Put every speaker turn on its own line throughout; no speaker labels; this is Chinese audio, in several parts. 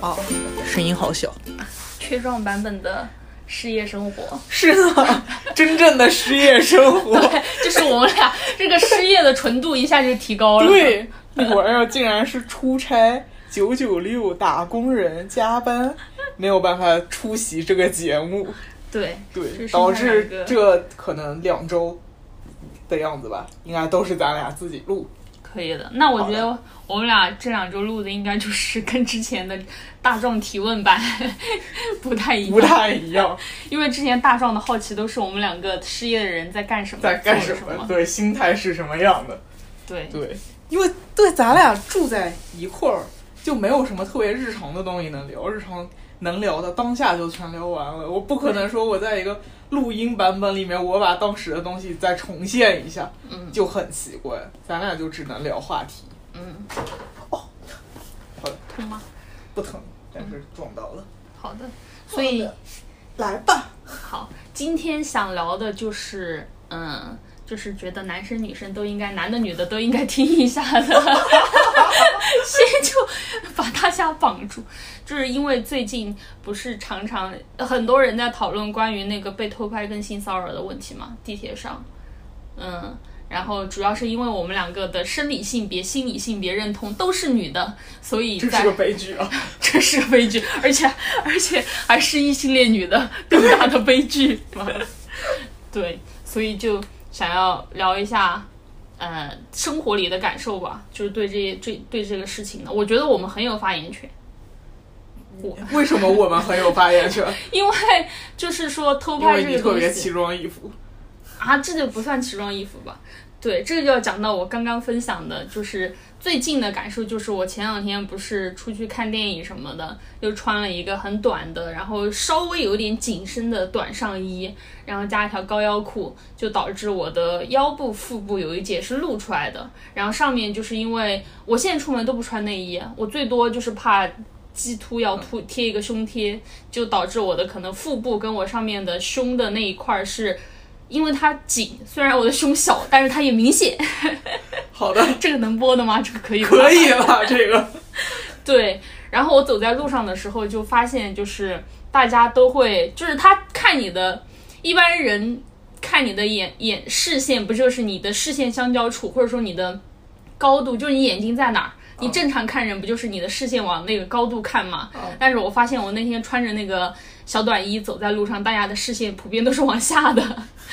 哦声音好小。
缺壮版本的失业生活，
是 的，真正的失业生活。
就是我们俩这个失业的纯度一下就提高了。，
对，我要竟然是出差九九六打工人加班，没有办法出席这个节目，
对，这
对，
是
导
他
致
两个
这可能两周的样子吧，应该都是咱俩自己录。
可以的。那我觉
好
得我们俩这两周录的应该就是跟之前的大壮提问版 不太一样，
不太一样，
因为之前大壮的好奇都是我们两个失业的人在干什 么，
在干
做
什
了什
么？对，心态是什么样的？
对
对，因为对咱俩住在一块儿，就没有什么特别日常的东西能聊，日常能聊的当下就全聊完了。我不可能说我在一个录音版本里面，我把当时的东西再重现一下，
嗯
就很奇怪。咱俩就只能聊话题，
嗯，
哦好
痛吗？
不疼，但
嗯
是撞到了。
好的，所以
来吧，
好，今天想聊的就是，嗯，就是觉得男生女生都应该，男的女的都应该听一下的， 先就把大家绑住，就是因为最近不是常常很多人在讨论关于那个被偷拍跟性骚扰的问题嘛，地铁上，嗯。然后主要是因为我们两个的生理性别、心理性别认同都是女的，所以
这
在
是个悲剧啊！
这是个悲剧，而且而且还是异性恋 女的更大的悲剧。 对，所以就想要聊一下，呃，生活里的感受吧，就是对这这对这个事情的，我觉得我们很有发言权，
为什么我们很有发言权？
因为就是说偷
因
拍
为
这
你
个
特
东
别
西
奇装异服。
啊，这就不算奇装异服吧。对，这个就要讲到我刚刚分享的，就是最近的感受，就是我前两天不是出去看电影什么的，又穿了一个很短的，然后稍微有点紧身的短上衣，然后加一条高腰裤，就导致我的腰部、腹部有一节是露出来的。然后上面就是因为我现在出门都不穿内衣，我最多就是怕鸡突要突贴一个胸贴，就导致我的可能腹部跟我上面的胸的那一块儿是。因为它紧，虽然我的胸小，但是它也 明显。
好的，
这个能播的吗？这个可以吧
可以了，这 个。
对，然后我走在路上的时候就发现，就是大家都会，就是他看你的，一般人看你的眼眼视线，不就是你的视线相交处，或者说你的高度，就是你眼睛在哪儿？
哦
你正常看人不就是你的视线往那个高度看嘛？但是我发现我那天穿着那个小短衣走在路上，大家的视线普遍都是往下的，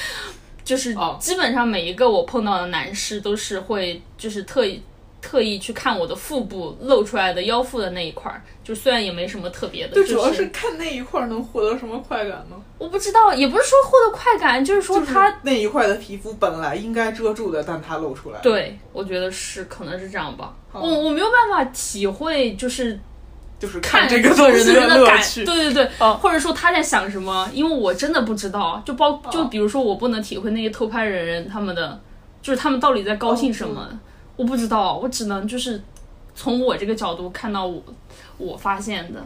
就是
哦
基本上每一个我碰到的男士都是会就是特意特意去看我的腹部露出来的腰腹的那一块儿，就虽然也没什么特别的，
就
就
主要是看那一块儿能获得什么快感呢？
我不知道，也不是说获得快感，就是说
就是
他
那一块的皮肤本来应该遮住的，但它露出来。，
对，我觉得是可能是这样吧。
哦
我我没有办法体会，就是
就是
看
啊这个
做
东
人
西
的
乐
感，
趣。
对对对，
哦
或者说他在想什么，因为我真的不知道。就包
哦
就比如说，我不能体会那些偷拍人人他们的，就是他们到底在高兴什
哦
么，我不知道，我只能就是从我这个角度看到我我发现的。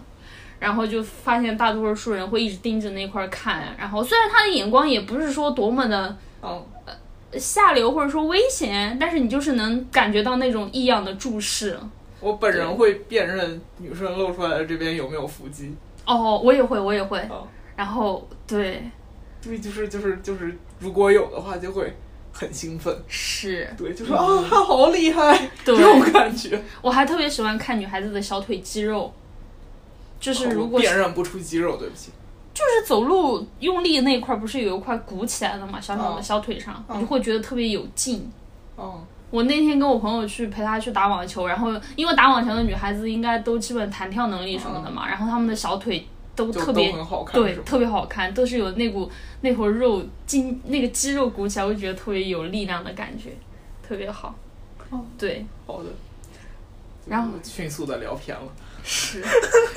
然后就发现大多数人会一直盯着那块儿看，然后虽然他的眼光也不是说多么的
嗯，
呃下流或者说危险，但是你就是能感觉到那种异样的注视。
我本人会辨认女生露出来的这边有没有腹肌。
哦，我也会，我也会。
哦
然后对，
对，就是就是就是，如果有的话就会很兴奋。
是
对，就说啊，她好厉害，
嗯对
这种感觉。
我还特别喜欢看女孩子的小腿肌肉，就是如
哦我
果
辨认不出肌肉，对不起。
就是走路用力那一块，不是有一块鼓起来的嘛，小小的
嗯
小腿上，你就会觉得特别有劲。
嗯，
我那天跟我朋友去陪她去打网球，然后因为打网球的女孩子应该都基本弹跳能力什么的嘛，然后她们的小腿都
嗯就
特
都
别
很好看，
对
是，吗？
特别好看，都是有那股那会儿肉筋那个肌肉鼓起来，我就觉得特别有力量的感觉，特别好。
哦
对，
好的。
然后
迅速的聊偏了。
是。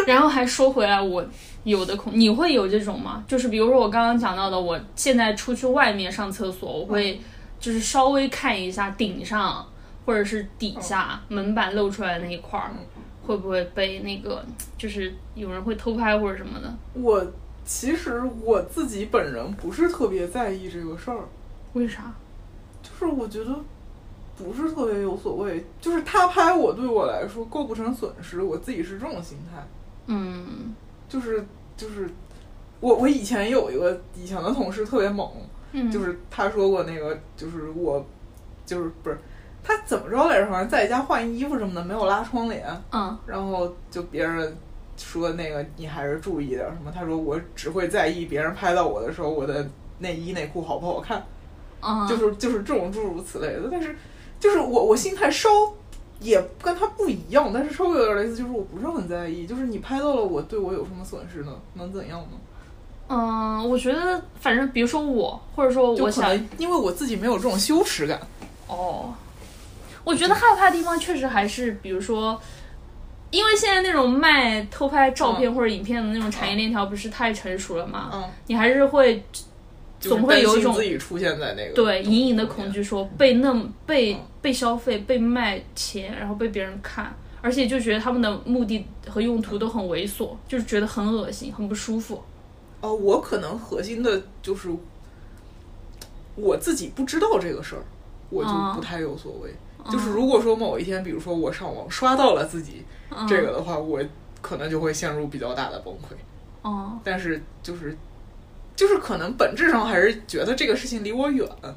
然后还说回来，我有的恐，你会有这种吗？就是比如说我刚刚讲到的，我现在出去外面上厕所，我
嗯
会就是稍微看一下顶上或者是底下、
哦
门板露出来那一块儿，
嗯
会不会被那个就是有人会偷拍或者什么的？
我其实我自己本人不是特别在意这个事儿，
为啥？
就是我觉得不是特别有所谓，就是他拍我对我来说构不成损失，我自己是这种心态。
嗯，
就是就是，我我以前有一个以前的同事特别猛，
嗯，
就是他说过那个，就是我，就是不是他怎么着来着？好像在家换衣服什么的，没有拉窗帘，
嗯
然后就别人说那个你还是注意点儿什么。他说我只会在意别人拍到我的时候我的内衣内裤好不好看，
嗯，
就是就是这种诸如此类的。但是就是我我心态稍也跟他不一样，但是稍微有点类似，就是我不是很在意，就是你拍到了我对我有什么损失呢？能怎样呢？
嗯，我觉得反正比如说我，或者说
就
我
可
想
能因为我自己没有这种羞耻感。
哦，我觉得害怕的地方确实还是，比如说，因为现在那种卖偷拍照片或者影片的那种产业链条不是太成熟了嘛，
嗯，
你还是会
就是
总会有一
担心
种
自己出现在那个
对隐隐的恐惧，说被那么被
嗯
被消费、被卖钱，然后被别人看，而且就觉得他们的目的和用途都很猥琐，就是觉得很恶心、很不舒服。
哦，我可能核心的就是我自己不知道这个事儿，我就
嗯
不太有所谓。就是如果说某一天，比如说我上网刷到了自己
嗯
这个的话，我可能就会陷入比较大的崩溃。
哦，
但是就是就是可能本质上还是觉得这个事情离我远。嗯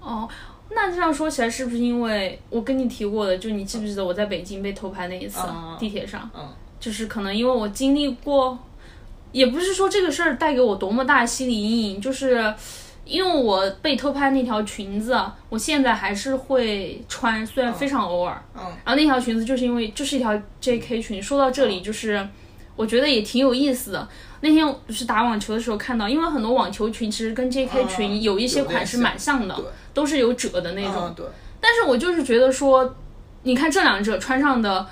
哦，那这样说起来，是不是因为我跟你提过的，就你记不记得我在北京被偷拍那一次、
嗯
地铁上，
嗯
就是可能因为我经历过，也不是说这个事儿带给我多么大的心理阴影，就是因为我被偷拍那条裙子啊，我现在还是会穿，虽然非常偶尔。
嗯
然后那条裙子就是因为就是一条 JK 裙。说到这
嗯
里，就是我觉得也挺有意思的。那天我就是打网球的时候看到，因为很多网球裙其实跟 JK
啊
裙有一些
有点
款式
像
蛮像的
对，
都是有褶的那种。
嗯对，
但是我就是觉得说，你看这两者穿上的，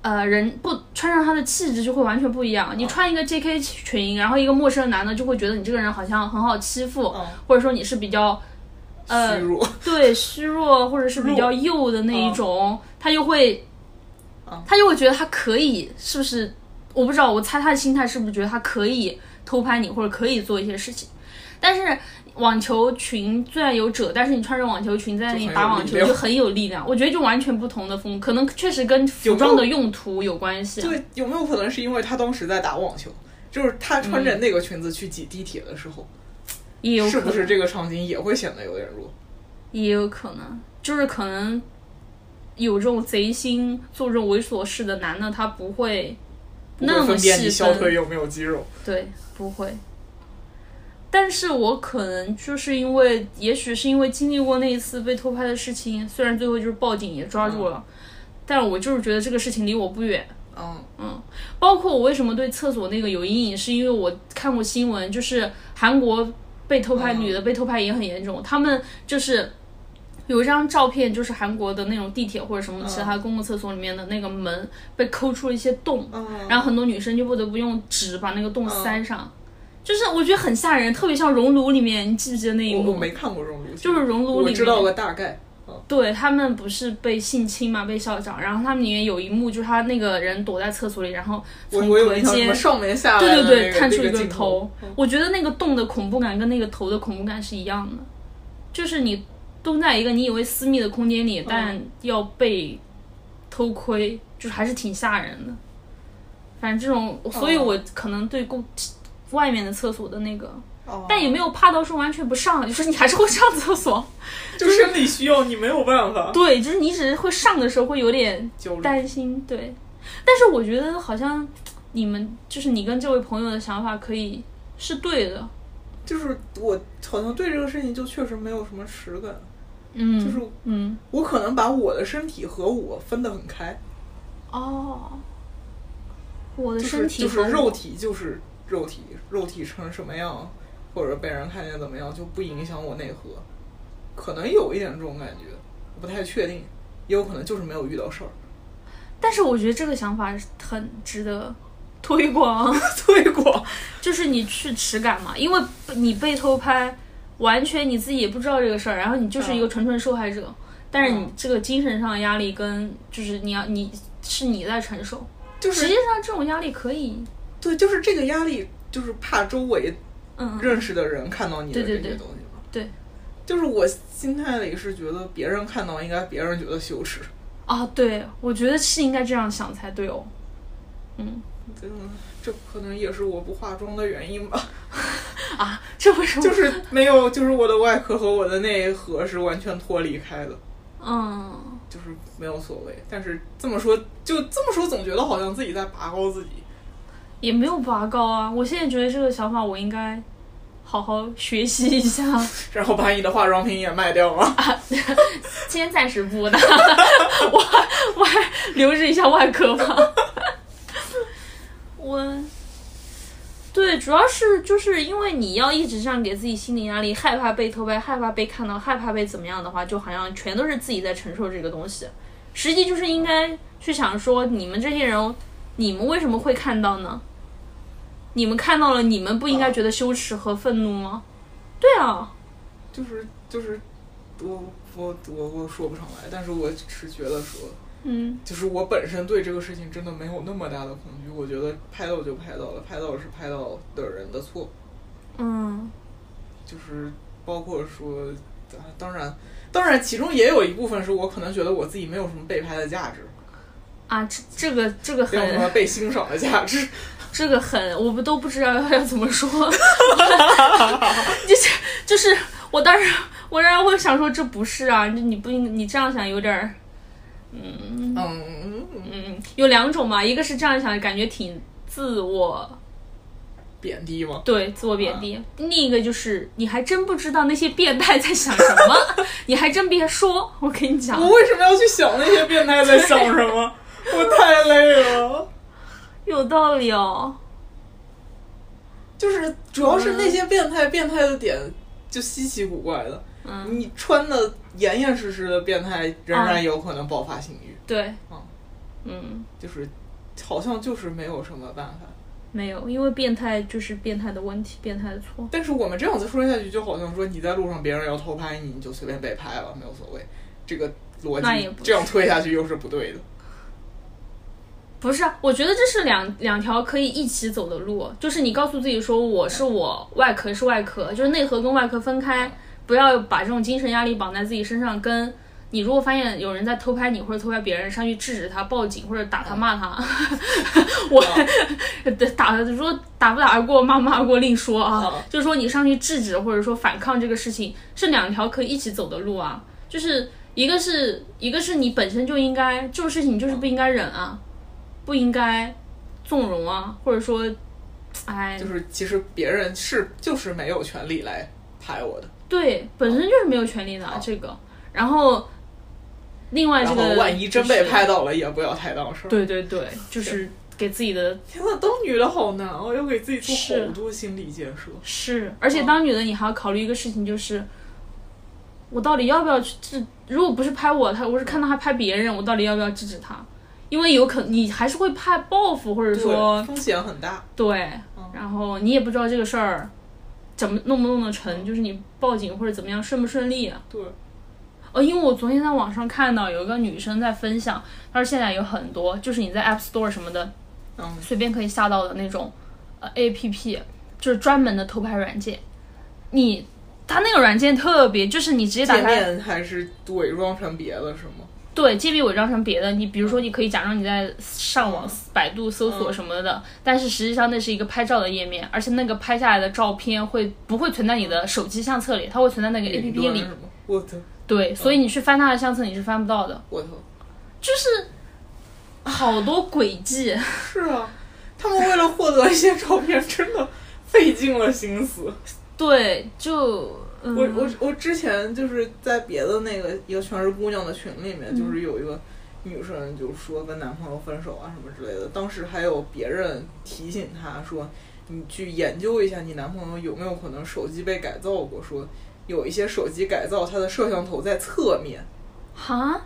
呃，人不穿上他的气质就会完全不一样。
嗯
你穿一个 JK 裙，然后一个陌生的男的就会觉得你这个人好像很好欺负，
嗯
或者说你是比较呃
虚弱。
对虚弱或者是比较幼的那
嗯
一种，他就会，他就会觉得他可以，是不是？我不知道，我猜他的心态是不是觉得他可以偷拍你，或者可以做一些事情。但是网球裙虽然有褶，但是你穿着网球裙在那
就
里
很有
打网球
力量
就很有力量。我觉得就完全不同的风格，可能确实跟服
有没有
装的用途有关系。
对，有没有可能是因为他当时在打网球，就是他穿着那个裙子去挤地铁的时候，
也有可
是
能
不是这个场景也会显得有点弱？
也有可能，就是可能有这种贼心做这种猥琐事的男的，他不会
不会
那么
分辨
细
你小
分，
腿有没有肌肉。
对，不会。但是我可能就是因为，也许是因为经历过那一次被偷拍的事情，虽然最后就是报警也抓住了，但我就是觉得这个事情离我不远。
嗯，
包括我为什么对厕所那个有阴影，是因为我看过新闻，就是韩国被偷拍，
嗯
女的被偷拍也很严重，他们就是。有一张照片，就是韩国的那种地铁或者什么其他公共厕所里面的那个门被抠出了一些
嗯
洞，然后很多女生就不得不用纸把那个洞塞上，就是我觉得很吓人，特别像熔炉里面，你记不记得那一
我
幕？
我没看过熔炉，
就是熔炉里
我
面，
知道个大概。嗯
对他们不是被性侵嘛，被校长，然后他们里面有一幕就是他那个人躲在厕所里，然后
我
从
我有
隔
印象，什
间
么上面下来
对
的
对对，
那个
探出
那
一
个
个
镜嗯
头，我觉得那个洞的恐怖感跟那个头的恐怖感是一样的，就是你都在一个你以为私密的空间
嗯
里，但要被偷窥，就是还是挺吓人的。反正这种，
嗯
所以我可能对公外面的厕所的那个，
哦
但也没有怕到说完全不上，就是你还是会上厕 所。
就生理需要，你没有办法。
对，就是你只是会上的时候会有点
焦虑，
担心，对。但是我觉得好像你们就是你跟这位朋友的想法可以是对的，
就是我好像对这个事情就确实没有什么实感，
嗯，
就是
嗯
我可能把我的身体和我分得很开，
哦，我的
就是
身体
就是
和
肉
我
体就是肉体，肉体成什么样，或者被人看见怎么样，就不影响我内核。可能有一点这种感觉，我不太确定，也有可能就是没有遇到事儿。
但是我觉得这个想法是很值得推 广，
对过，
就是你去耻感嘛，因为你被偷拍，完全你自己也不知道这个事儿，然后你就是一个纯纯受害者，但是你
嗯
这个精神上的压力跟就是你要你是你在承受，
就是
实际上这种压力可以，
对，就是这个压力，就是怕周围
嗯，
认识的人看到你的
对
这
对
些
对
东西嘛。
对，
就是我心态里是觉得别人看到应该别人觉得羞耻，
啊，对，我觉得是应该这样想才对哦，嗯，
嗯，这可能也是我不化妆的原因吧，
啊，这为什么？
就是没有，就是我的外壳和我的内核是完全脱离开的，
嗯，
就是没有所谓。但是这么说，就这么说，总觉得好像自己在拔高自己。
也没有拔高啊。我现在觉得这个想法我应该好好学习一下。
然后把你的化妆品也卖掉吗？
今天暂时不的， 我我还留着一下外壳吧。 我，对，主要是就是因为你要一直这样给自己心理压力，害怕被偷拍，害怕被看到，害怕被怎么样的话，就好像全都是自己在承受这个东西。实际就是应该去想说，你们这些人，你们为什么会看到呢？你们看到了，你们不应该觉得羞耻和愤怒吗？对啊，
就是就是，我我我我说不上来，但是我是觉得说，
嗯
就是我本身对这个事情真的没有那么大的恐惧，我觉得拍到就拍到了，拍到是拍到的人的错，
嗯
就是包括说，啊当然当然其中也有一部分是我可能觉得我自己没有什么被拍的价值，
啊，这这个这个
没
很
有什么被欣赏的价值，
这个很，我们都不知道要怎么说， 就是就是，我当时我当时会想说这不是啊，你你不应你这样想有点儿，嗯
嗯，
嗯，有两种嘛，一个是这样想，感觉挺自我，
贬低嘛，
对自我贬低；另一个就是你还真不知道那些变态在想什么， 你还真别说，我跟你讲，
我为什么要去想那些变态在想什么？我太累了。
有道理哦，
就是主要是那些变态，变态的点就稀奇古怪的。
嗯，
你穿的严严实实的变态，仍然有可能爆发性欲，
对
嗯，
嗯，
就是好像就是没有什么办法。
没有，因为变态就是变态的问题，变态的错。
但是我们这样子说下去，就好像说你在路上别人要偷拍你，你就随便被拍了，没有所谓。这个逻
那也
辑
不是
这样推下去又是不对的。
不是，我觉得这是两两条可以一起走的路，就是你告诉自己说我是我，外壳是外壳，就是内核跟外壳分开，不要把这种精神压力绑在自己身上。跟你如果发现有人在偷拍你或者偷拍别人，上去制止他、报警或者打他、骂他， 我打如果打不打得过、骂不骂得过另说啊。
嗯
就是说你上去制止或者说反抗这个事情，是两条可以一起走的路啊。就是一个是一个是你本身就应该这种事情，你就是不应该忍啊，不应该纵容啊，或者说，哎
就，是其实别人是就是没有权利来拍我的。
对，本身就是没有权利的、啊、这个。然后，另外这
然
个
后万一真被
就是
拍，到了，也不要太当事儿。
对对对，就是给自己的
天呐，当女的好难哦，要给自己做
是
好多心理建设。
是，而且当女的，你还要考虑一个事情，就是我到底要不要去制？如果不是拍我，他我是看到他拍别人，我到底要不要制止他？因为有可你还是会怕报复，或者说
对风险很大，
对，
嗯
然后你也不知道这个事儿怎么弄不弄得成，就是你报警或者怎么样顺不顺利、
嗯
啊
对，
哦，因为我昨天在网上看到有一个女生在分享，她说现在有很多，就是你在 App Store 什么的，
嗯，
随便可以下到的那种呃 A P P，就是专门的偷拍软件。你它那个软件特别，就是你直接打
界
开，
面还是伪装成别的，是吗？
对，界面伪装成别的。你比如说，你可以假装你在上网、百度搜索什么的，但是实际上那是一个拍照的页面，而且那个拍下来的照片会不会存在你的手机相册里？它会存在那个 A P
云
P
端
里
是。吗？我操，
对，嗯所以你去翻它的相册，你是翻不到的。
我操，
就是啊好多诡计。
是啊，他们为了获得一些照片，真的费尽了心思。
对，就嗯，
我我我之前就是在别的那个一个全是姑娘的群里面，
嗯
就是有一个女生就说跟男朋友分手啊什么之类的，当时还有别人提醒她说，你去研究一下你男朋友有没有可能手机被改造过，说有一些手机改造它的摄像头在侧面，
哈。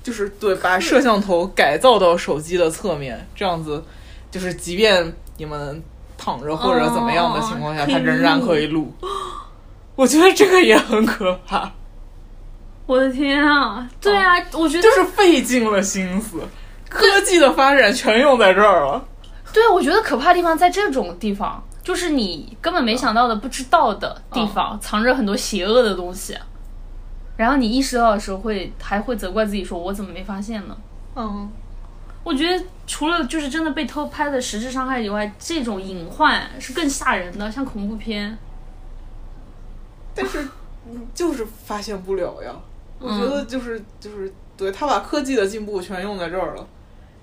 就是对把摄像头改造到手机的侧面，这样子就是即便你们躺着或者怎么样的情况下，
哦
它
可以
仍然
录
可以录。 我觉得这个也很可怕。
我的天啊！对啊，我觉得
就是费尽了心思，科技的发展全用在这儿了。
对，啊我觉得可怕的地方在这种地方，就是你根本没想到的、不知道的地
嗯
方，藏着很多邪恶的东西。然后你意识到的时候会，还会责怪自己说：“我怎么没发现呢
嗯，？”
我觉得除了就是真的被偷拍的实质伤害以外，这种隐患是更吓人的，像恐怖片。
但是嗯就是发现不了呀。我
嗯
觉得就是就是对他把科技的进步全用在这儿了，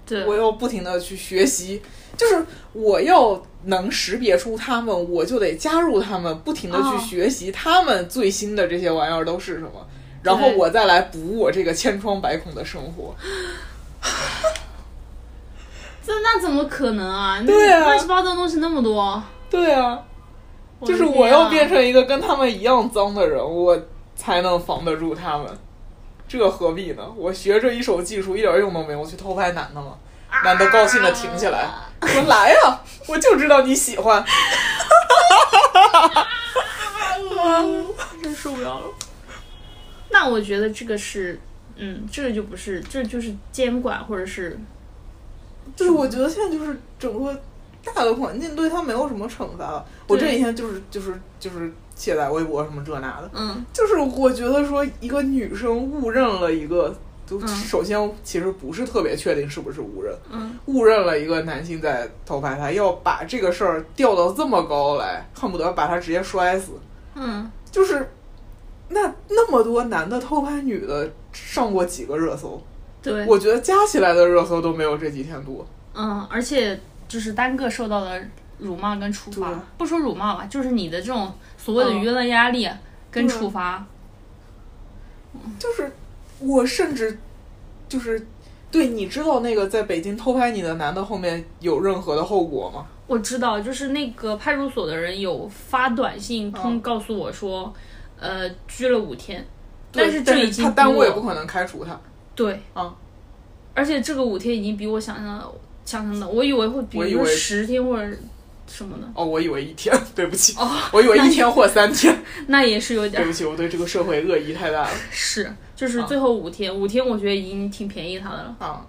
对，
我要不停的去学习，就是我要能识别出他们，我就得加入他们，不停的
哦
去学习他们最新的这些玩意儿都是什么，然后
对
我再来补我这个千疮百孔的生活。
这那怎么可能啊？
对啊
那乱七八糟的东西那么多，
对啊，
的
就是
天
我要
啊
变成一个跟他们一样脏的人，我才能防得住他们。这何必呢？我学这一手技术一点用都没有，我去偷拍男的吗？男的高兴的挺起来，说来呀、我就知道你喜欢。
真受不了了。那我觉得这个是，嗯，这个就不是，这就是监管或者是
就是我觉得现在就是整个大的环境对他没有什么惩罚了。我这
对
几天就是就是就是卸载微博什么这那的，
嗯
就是我觉得说一个女生误认了一个，就
嗯
首先其实不是特别确定是不是误认，
嗯，
误认了一个男性在偷拍她，要把这个事儿吊到这么高来，恨不得把她直接摔死。
嗯，
就是那那么多男的偷拍女的上过几个热搜，
对，
我觉得加起来的热搜都没有这几天多。
嗯，而且就是单个受到的辱骂跟处罚
对，
不说辱骂吧，就是你的这种所谓的
嗯
舆论压力跟
对
处罚，嗯
就是我甚至就是对你知道那个在北京偷拍你的男的后面有任何的后果吗？
我知道，就是那个派出所的人有发短信通
嗯
告诉我说，呃，拘了五天，
对
是这
但
已
是
经
他
比
单位
我
不可能开除他。
对，
啊，
而且这个五天已经比我想象的想象的，我以为会比
我以
如说
为
十天或者什么的，
哦，我以为一天， 对不起，
哦
我以为
那
一天或三天，
那也是有点
对不起，我对这个社会恶意太大了
是，就是
啊
最后五天，五天我觉得已经挺便宜他的了，
啊！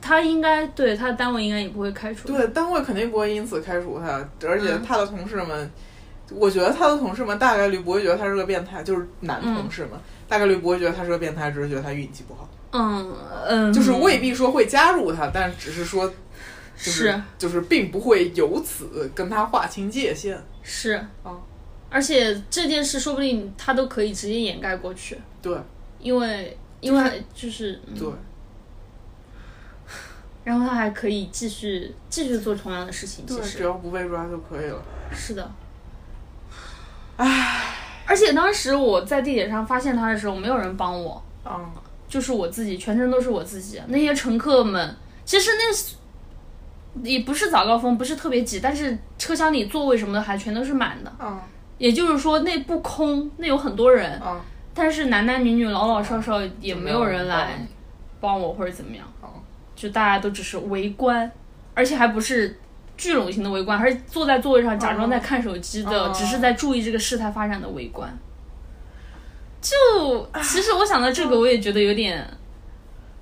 他应该对他的单位应该也不会开除，
对，单位肯定不会因此开除他，而且
嗯
他的同事们，我觉得他的同事们大概率不会觉得他是个变态，就是男
嗯
同事们、大概率不会觉得他是个变态，只是觉得他运气不好，
嗯嗯，
就是未必说会加入他，但只是说就是
是
就是并不会由此跟他划清界限。
是
啊，
而且这件事说不定他都可以直接掩盖过去，
对
因为因为就是嗯
对，
然后他还可以继续继续做同样的事情，其
对，
实
只要不被抓就可以了。
是的，唉，而且当时我在地铁上发现他的时候，没有人帮我，
嗯，
就是我自己，全程都是我自己。那些乘客们，其实那也不是早高峰，不是特别挤，但是车厢里座位什么的还全都是满的，
嗯
也就是说那不空，那有很多人，
嗯，
但是男男女女、老老少少也嗯没有人来
嗯
帮我或者怎么样
哦，
就大家都只是围观，而且还不是聚拢型的围观，还是坐在座位上假装在看手机的，
哦
只是在注意这个事态发展的围观。就其实我想到
嗯
这个，我也觉得有点，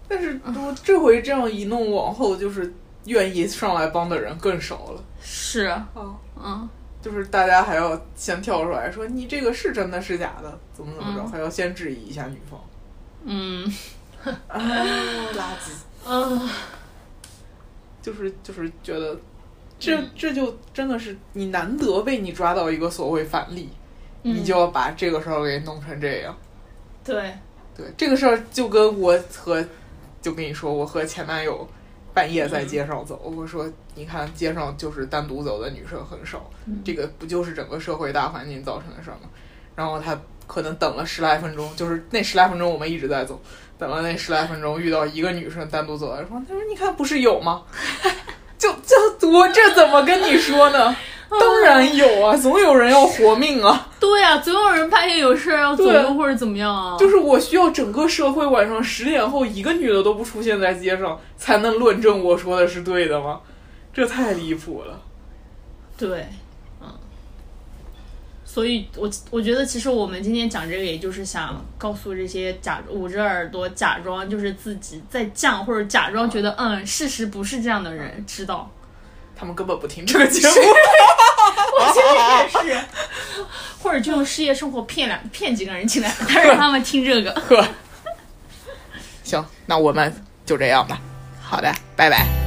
但是我这回这样一弄，往后就是愿意上来帮的人更少了。
是，
哦，
嗯，
就是大家还要先跳出来说你这个是真的是假的，怎么怎么着，
嗯
还要先质疑一下女方。
嗯，
啊，垃圾！
嗯，
就是就是觉得，这这就真的是你难得被你抓到一个所谓反例，你就要把这个事儿给弄成这样。
对，
对，这个事儿就跟我和就跟你说，我和前男友半夜在街上走，我说你看街上就是单独走的女生很少，
嗯
这个不就是整个社会大环境造成的事儿吗？然后他可能等了十来分钟，就是那十来分钟我们一直在走，等了那十来分钟遇到一个女生单独走来说，他说你看不是有吗？ 就就我这怎么跟你说呢？当然有啊，总有人要活命啊。
对啊，总有人半夜有事儿要走
对
路或者怎么样啊，
就是我需要整个社会晚上十点后一个女的都不出现在街上，才能论证我说的是对的吗？这太离谱了。
对，嗯，所以我我觉得其实我们今天讲这个，也就是想告诉这些假捂着耳朵假装就是自己在犟，或者假装觉得嗯事实不是这样的人，知道。
他们根本不听这个节目，
我觉得也是，或者就用事业生活骗两骗几个人进来，但是让他们听这个。
呵。行，那我们就这样吧。好的，拜拜。